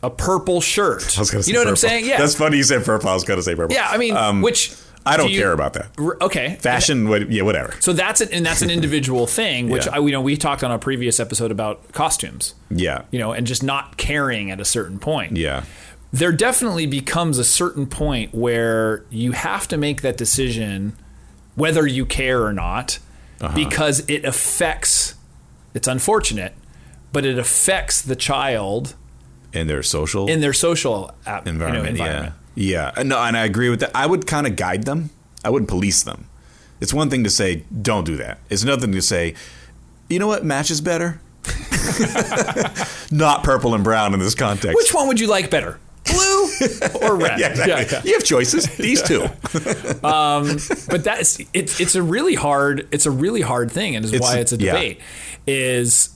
[SPEAKER 1] a purple shirt.
[SPEAKER 2] I was gonna say
[SPEAKER 1] you know what I'm
[SPEAKER 2] purple.
[SPEAKER 1] saying? Yeah.
[SPEAKER 2] that's funny. You said purple. I was gonna say purple.
[SPEAKER 1] yeah. I mean,
[SPEAKER 2] Um,
[SPEAKER 1] which
[SPEAKER 2] I don't
[SPEAKER 1] do you-
[SPEAKER 2] care about that
[SPEAKER 1] R- Okay.
[SPEAKER 2] fashion. What, yeah, whatever.
[SPEAKER 1] So that's an, and that's an individual thing, which
[SPEAKER 2] Yeah.
[SPEAKER 1] I, you know we talked on a previous episode about costumes,
[SPEAKER 2] Yeah,
[SPEAKER 1] you know, and just not caring at a certain point.
[SPEAKER 2] yeah,
[SPEAKER 1] there definitely becomes a certain point where you have to make that decision whether you care or not
[SPEAKER 2] Uh-huh.
[SPEAKER 1] because it affects it's unfortunate but it affects the child
[SPEAKER 2] and their social
[SPEAKER 1] in their social ap- you know, environment,
[SPEAKER 2] Yeah. Yeah. And No, and I agree with that. I would kind of guide them. I wouldn't police them. It's one thing to say, don't do that. It's another thing to say, you know what matches better? Not purple and brown in this context.
[SPEAKER 1] which one would you like better blue or red
[SPEAKER 2] yeah, exactly.
[SPEAKER 1] Yeah, yeah.
[SPEAKER 2] You have choices. These two.
[SPEAKER 1] but that's it's it's a really hard it's a really hard thing and is
[SPEAKER 2] It's-
[SPEAKER 1] why it's a
[SPEAKER 2] yeah.
[SPEAKER 1] debate is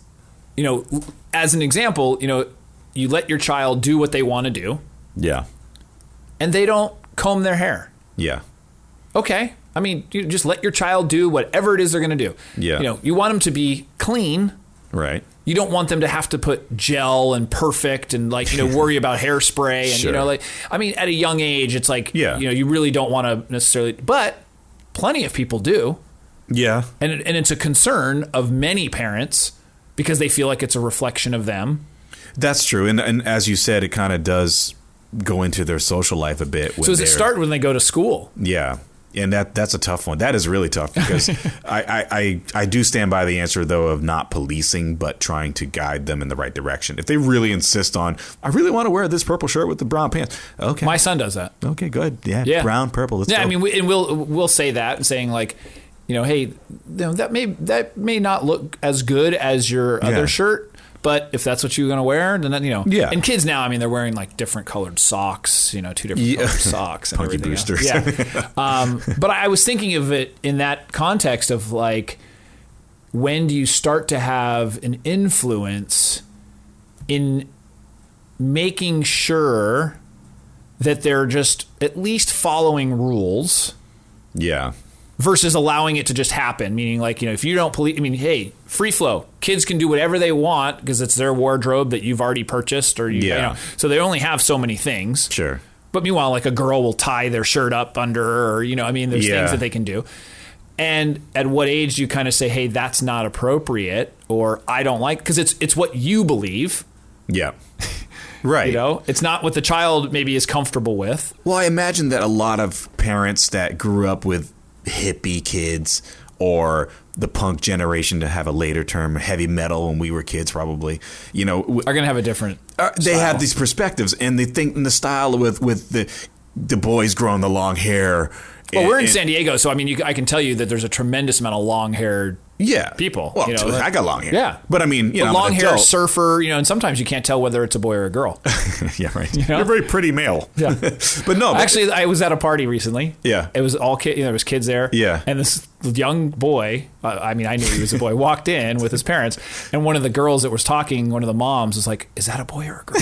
[SPEAKER 1] you know as an example you know you let your child do what they want to do
[SPEAKER 2] Yeah.
[SPEAKER 1] and they don't comb their hair.
[SPEAKER 2] Yeah.
[SPEAKER 1] Okay. I mean, you just let your child do whatever it is they're going to do.
[SPEAKER 2] Yeah.
[SPEAKER 1] You know, you want them to be clean.
[SPEAKER 2] Right.
[SPEAKER 1] You don't want them to have to put gel and perfect and like, you know, worry about hairspray and
[SPEAKER 2] Sure.
[SPEAKER 1] you know like I mean, at a young age it's like
[SPEAKER 2] Yeah.
[SPEAKER 1] you know, you really don't want to necessarily but plenty of people do.
[SPEAKER 2] Yeah.
[SPEAKER 1] And it, and it's a concern of many parents because they feel like it's a reflection of them.
[SPEAKER 2] That's true. And, and as you said, it kind of does go into their social life a bit. When
[SPEAKER 1] So does it
[SPEAKER 2] they're-
[SPEAKER 1] start when they go to school?
[SPEAKER 2] Yeah. And that that's a tough one. That is really tough because I, I, I, I do stand by the answer though of not policing but trying to guide them in the right direction. If they really insist on I really want to wear this purple shirt with the brown pants. Okay.
[SPEAKER 1] My son does that.
[SPEAKER 2] okay, good. Yeah.
[SPEAKER 1] Yeah.
[SPEAKER 2] Brown, purple. Let's
[SPEAKER 1] yeah, I
[SPEAKER 2] go.
[SPEAKER 1] mean, we, and we'll we'll say that, saying like, you know, hey, you know, that may that may not look as good as your
[SPEAKER 2] Yeah.
[SPEAKER 1] other shirt, but if that's what you're gonna wear, then that, you know,
[SPEAKER 2] Yeah.
[SPEAKER 1] And kids now, I mean, they're wearing like different colored socks, you know, two different
[SPEAKER 2] Yeah.
[SPEAKER 1] colored socks, and
[SPEAKER 2] Punky
[SPEAKER 1] everything else.
[SPEAKER 2] boosters.
[SPEAKER 1] Yeah, um, but I was thinking of it in that context of like, when do you start to have an influence in making sure that they're just at least following rules
[SPEAKER 2] yeah.
[SPEAKER 1] versus allowing it to just happen. Meaning, like, you know, if you don't police, I mean, hey, free flow. Kids can do whatever they want because it's their wardrobe that you've already purchased or you, you
[SPEAKER 2] Yeah.
[SPEAKER 1] know. So they only have so many things.
[SPEAKER 2] Sure.
[SPEAKER 1] But meanwhile, like a girl will tie their shirt up under her, or, you know, I mean, there's
[SPEAKER 2] Yeah.
[SPEAKER 1] things that they can do. And at what age do you kind of say, hey, that's not appropriate or I don't like, because it's, it's what you believe,
[SPEAKER 2] Yeah. Right.
[SPEAKER 1] you know, it's not what the child maybe is comfortable with.
[SPEAKER 2] Well, I imagine that a lot of parents that grew up with hippie kids or the punk generation to have a later term heavy metal when we were kids probably you know w-
[SPEAKER 1] Are going to have a different.
[SPEAKER 2] Uh, they have these perspectives and they think in the style with with the the boys growing the long hair
[SPEAKER 1] Well, we're in
[SPEAKER 2] And-
[SPEAKER 1] San Diego, so I mean, you, I can tell you that there's a tremendous amount of long haired.
[SPEAKER 2] yeah
[SPEAKER 1] people,
[SPEAKER 2] well
[SPEAKER 1] you know,
[SPEAKER 2] t-
[SPEAKER 1] like-
[SPEAKER 2] i got long hair
[SPEAKER 1] Yeah.
[SPEAKER 2] but i mean you know I'm an
[SPEAKER 1] long hair
[SPEAKER 2] adult.
[SPEAKER 1] surfer, you know, and sometimes you can't tell whether it's a boy or a girl.
[SPEAKER 2] yeah right
[SPEAKER 1] know?
[SPEAKER 2] you're a very pretty male
[SPEAKER 1] Yeah.
[SPEAKER 2] but no but-
[SPEAKER 1] Actually, I was at a party recently.
[SPEAKER 2] Yeah.
[SPEAKER 1] it was all kid. You know, there was kids there.
[SPEAKER 2] Yeah.
[SPEAKER 1] and this young boy. Uh, I mean, I knew he was a boy. walked in with his parents, and one of the girls that was talking, one of the moms was like, "Is that a boy or a girl?"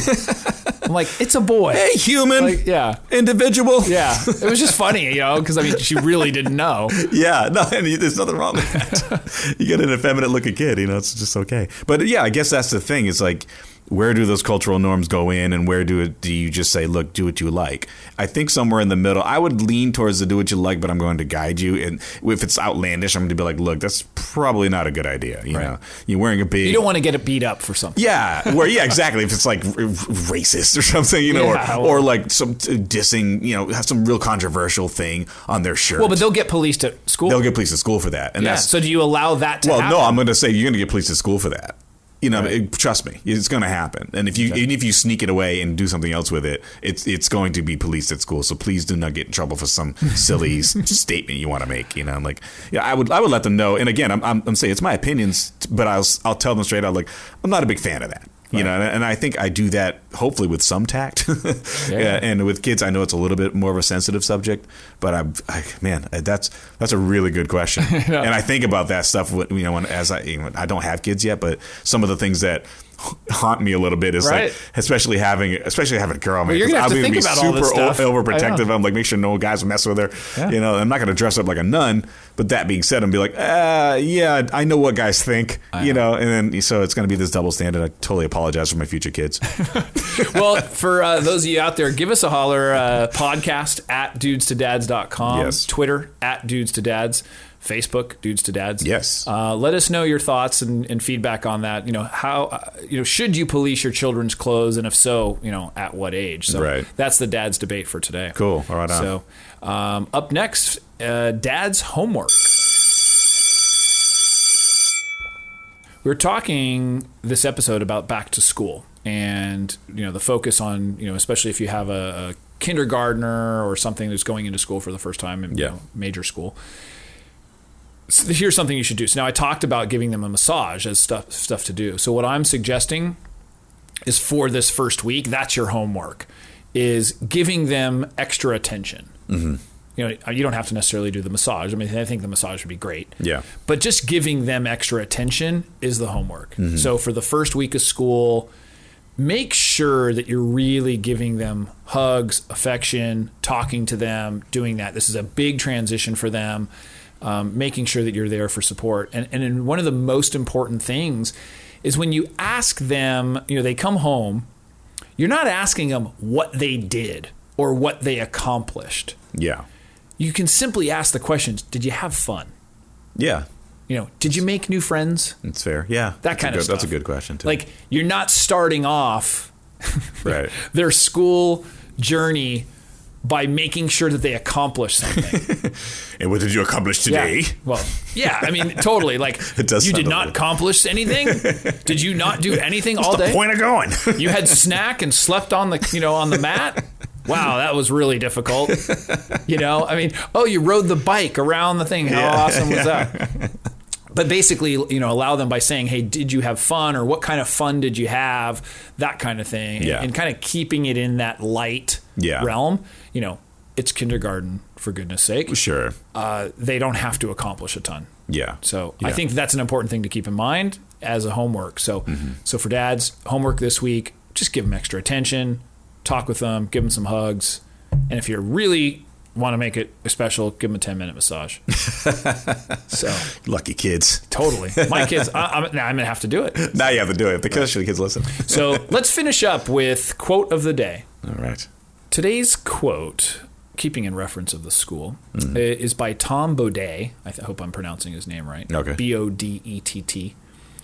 [SPEAKER 1] I'm like, "It's a boy."
[SPEAKER 2] hey human
[SPEAKER 1] Like, yeah.
[SPEAKER 2] individual
[SPEAKER 1] Yeah, it was just funny, you know, because I mean, she really didn't know.
[SPEAKER 2] Yeah, no, and you- there's nothing wrong with that. you get an effeminate looking kid, you know, it's just okay. But yeah, I guess that's the thing. It's like, where do those cultural norms go in, and where do it, do you just say, look, do what you like? I think somewhere in the middle, I would lean towards the do what you like, but I'm going to guide you. And if it's outlandish, I'm going to be like, look, that's probably not a good idea. You know, you're wearing a big.
[SPEAKER 1] You don't want to get it beat up for something.
[SPEAKER 2] Yeah, where yeah, exactly. If it's like r- r- racist or something, you know,
[SPEAKER 1] Yeah, well-
[SPEAKER 2] or, or like some t- dissing, you know, have some real controversial thing on their shirt.
[SPEAKER 1] Well, but they'll get policed at school.
[SPEAKER 2] they'll get police at school for that, and
[SPEAKER 1] yeah.
[SPEAKER 2] that's
[SPEAKER 1] So do you allow that to
[SPEAKER 2] well,
[SPEAKER 1] happen?
[SPEAKER 2] no, I'm going to say you're going to get police at school for that. You know, it- trust me, it's going to happen. And if you even if you sneak it away and do something else with it, it's it's going to be policed at school. So please do not get in trouble for some silly s- statement you want to make. You know, I'm like, yeah, I would I would let them know. And again, I'm I'm, I'm saying it's my opinions, t- but I'll s- I'll tell them straight out like I'm not a big fan of that. You know, and, and I think I do that hopefully with some tact. yeah. and with kids, I know it's a little bit more of a sensitive subject, but I'm, I, man, that's that's a really good question, and I think about that stuff. when- You know, when, as I you know, I don't have kids yet, but some of the things that haunt me a little bit is
[SPEAKER 1] Right.
[SPEAKER 2] like, especially having, especially having a girl. man,
[SPEAKER 1] you're gonna have
[SPEAKER 2] 'cause
[SPEAKER 1] to
[SPEAKER 2] either
[SPEAKER 1] think about all this
[SPEAKER 2] o-
[SPEAKER 1] stuff. I know.
[SPEAKER 2] overprotective. I'm like, make sure no guys mess with her.
[SPEAKER 1] Yeah.
[SPEAKER 2] You know, I'm not going to dress up like a nun. But that being said, I'm be like, uh, yeah, I know what guys think. you know, and then so it's going to be this double standard. I totally apologize for my future kids.
[SPEAKER 1] well, for uh, those of you out there, give us a holler. Uh, podcast at dudes to dads.com.
[SPEAKER 2] Yes.
[SPEAKER 1] Twitter at dudes to dads. Facebook, dudes to dads.
[SPEAKER 2] Yes.
[SPEAKER 1] Uh, let us know your thoughts and, and feedback on that. You know how uh, you know should you police your children's clothes, and if so, you know at what age. So
[SPEAKER 2] Right.
[SPEAKER 1] That's the dad's debate for today.
[SPEAKER 2] Cool. All right on.
[SPEAKER 1] So um, up next, uh, dad's homework. We We're talking this episode about back to school and you know the focus on you know especially if you have a, a kindergartner or something that's going into school for the first time in
[SPEAKER 2] Yeah.
[SPEAKER 1] major school. So here's something you should do. So now I talked about giving them a massage as stuff stuff to do. So what I'm suggesting is for this first week. That's your homework. Is giving them extra attention. Mm-hmm. You know, you don't have to necessarily do the massage. I mean, I think the massage would be great.
[SPEAKER 2] Yeah.
[SPEAKER 1] But just giving them extra attention is the homework. So for the first week of school, make sure that you're really giving them hugs, affection, talking to them, doing that. This is a big transition for them, um, making sure that you're there for support. And, and then one of the most important things is when you ask them, you know, they come home, you're not asking them what they did or what they accomplished.
[SPEAKER 2] yeah.
[SPEAKER 1] You can simply ask the questions Did you have fun?
[SPEAKER 2] Yeah.
[SPEAKER 1] You know, did you make new friends?
[SPEAKER 2] That's fair. Yeah.
[SPEAKER 1] That
[SPEAKER 2] That's a
[SPEAKER 1] kind of
[SPEAKER 2] good-
[SPEAKER 1] stuff.
[SPEAKER 2] That's a good question, too.
[SPEAKER 1] Like, you're not starting off
[SPEAKER 2] right.
[SPEAKER 1] their school journey by making sure that they accomplish something.
[SPEAKER 2] And what did you accomplish today?
[SPEAKER 1] Well, yeah, I mean, totally. Like,
[SPEAKER 2] It does
[SPEAKER 1] you
[SPEAKER 2] sound
[SPEAKER 1] did
[SPEAKER 2] a
[SPEAKER 1] not
[SPEAKER 2] little-
[SPEAKER 1] accomplish anything. did you not do anything all
[SPEAKER 2] The
[SPEAKER 1] day?
[SPEAKER 2] point of going.
[SPEAKER 1] You had snack and slept on the you know on the mat. Wow, that was really difficult. You know, I mean, oh, you rode the bike around the thing. How awesome was that? But basically, you know, allow them by saying, "Hey, did you have fun?" or "What kind of fun did you have?" That kind of thing,
[SPEAKER 2] Yeah.
[SPEAKER 1] and, kind of keeping it in that light
[SPEAKER 2] Yeah.
[SPEAKER 1] realm. You know, it's kindergarten for goodness sake.
[SPEAKER 2] sure.
[SPEAKER 1] Uh, they don't have to accomplish a ton.
[SPEAKER 2] Yeah.
[SPEAKER 1] So I
[SPEAKER 2] Yeah.
[SPEAKER 1] think that's an important thing to keep in mind as a homework. So
[SPEAKER 2] Mm-hmm.
[SPEAKER 1] so for dads, homework this week, just give them extra attention, talk with them, give them some hugs, and if you're really want to make it special, give them a 10 minute massage. so
[SPEAKER 2] Lucky kids.
[SPEAKER 1] totally, my kids. I, I'm, now I'm gonna have to do it.
[SPEAKER 2] Now you have to do it. The kids should the kids listen.
[SPEAKER 1] So let's finish up with quote of the day.
[SPEAKER 2] All right.
[SPEAKER 1] Today's quote, keeping in reference of the school, i- is by Tom Baudet. I th- hope I'm pronouncing his name right.
[SPEAKER 2] Okay.
[SPEAKER 1] B O D E T T.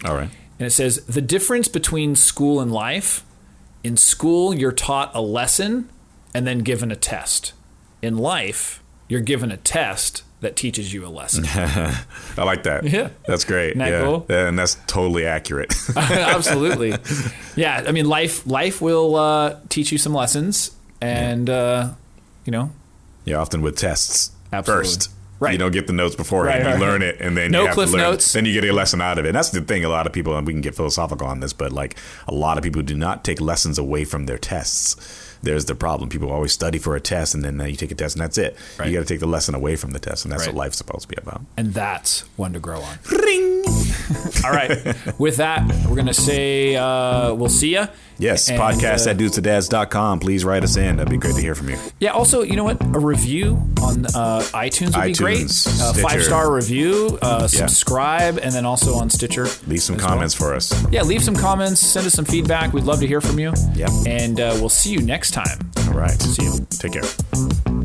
[SPEAKER 2] All right.
[SPEAKER 1] And it says the difference between school and life. In school, you're taught a lesson and then given a test. In life, you're given a test that teaches you a lesson.
[SPEAKER 2] I like that.
[SPEAKER 1] Yeah.
[SPEAKER 2] That's great.
[SPEAKER 1] Isn't that
[SPEAKER 2] yeah.
[SPEAKER 1] cool?
[SPEAKER 2] And that's totally accurate.
[SPEAKER 1] Absolutely. Yeah, I mean life life will uh, teach you some lessons and uh, you know,
[SPEAKER 2] yeah, often with tests
[SPEAKER 1] Absolutely.
[SPEAKER 2] first.
[SPEAKER 1] Right.
[SPEAKER 2] You don't get the notes beforehand.
[SPEAKER 1] Right,
[SPEAKER 2] you
[SPEAKER 1] right.
[SPEAKER 2] learn it, and then
[SPEAKER 1] No
[SPEAKER 2] you have
[SPEAKER 1] cliff
[SPEAKER 2] to learn.
[SPEAKER 1] notes.
[SPEAKER 2] Then you get a lesson out of it. And that's the thing. A lot of people, and we can get philosophical on this, but like a lot of people do not take lessons away from their tests. There's the problem. People always study for a test, and then uh, you take a test, and that's it.
[SPEAKER 1] Right.
[SPEAKER 2] You got to take the lesson away from the test, and that's
[SPEAKER 1] Right.
[SPEAKER 2] what life's supposed to be about.
[SPEAKER 1] and that's one to grow on. All right. With that, we're going to say uh, we'll see ya.
[SPEAKER 2] Yes,
[SPEAKER 1] And,
[SPEAKER 2] podcast
[SPEAKER 1] uh,
[SPEAKER 2] at dudes to dads.com. Please write us in. That'd be great to hear from you.
[SPEAKER 1] Yeah. Also, you know what? A review on uh, iTunes would be
[SPEAKER 2] iTunes,
[SPEAKER 1] great. Uh,
[SPEAKER 2] Stitcher.
[SPEAKER 1] Five star review. Uh, subscribe, and then also on Stitcher.
[SPEAKER 2] Leave some
[SPEAKER 1] as
[SPEAKER 2] comments for us.
[SPEAKER 1] well. Yeah, leave some comments. Send us some feedback. We'd love to hear from you.
[SPEAKER 2] Yep.
[SPEAKER 1] And uh, we'll see you next time.
[SPEAKER 2] All right.
[SPEAKER 1] See you.
[SPEAKER 2] Take care.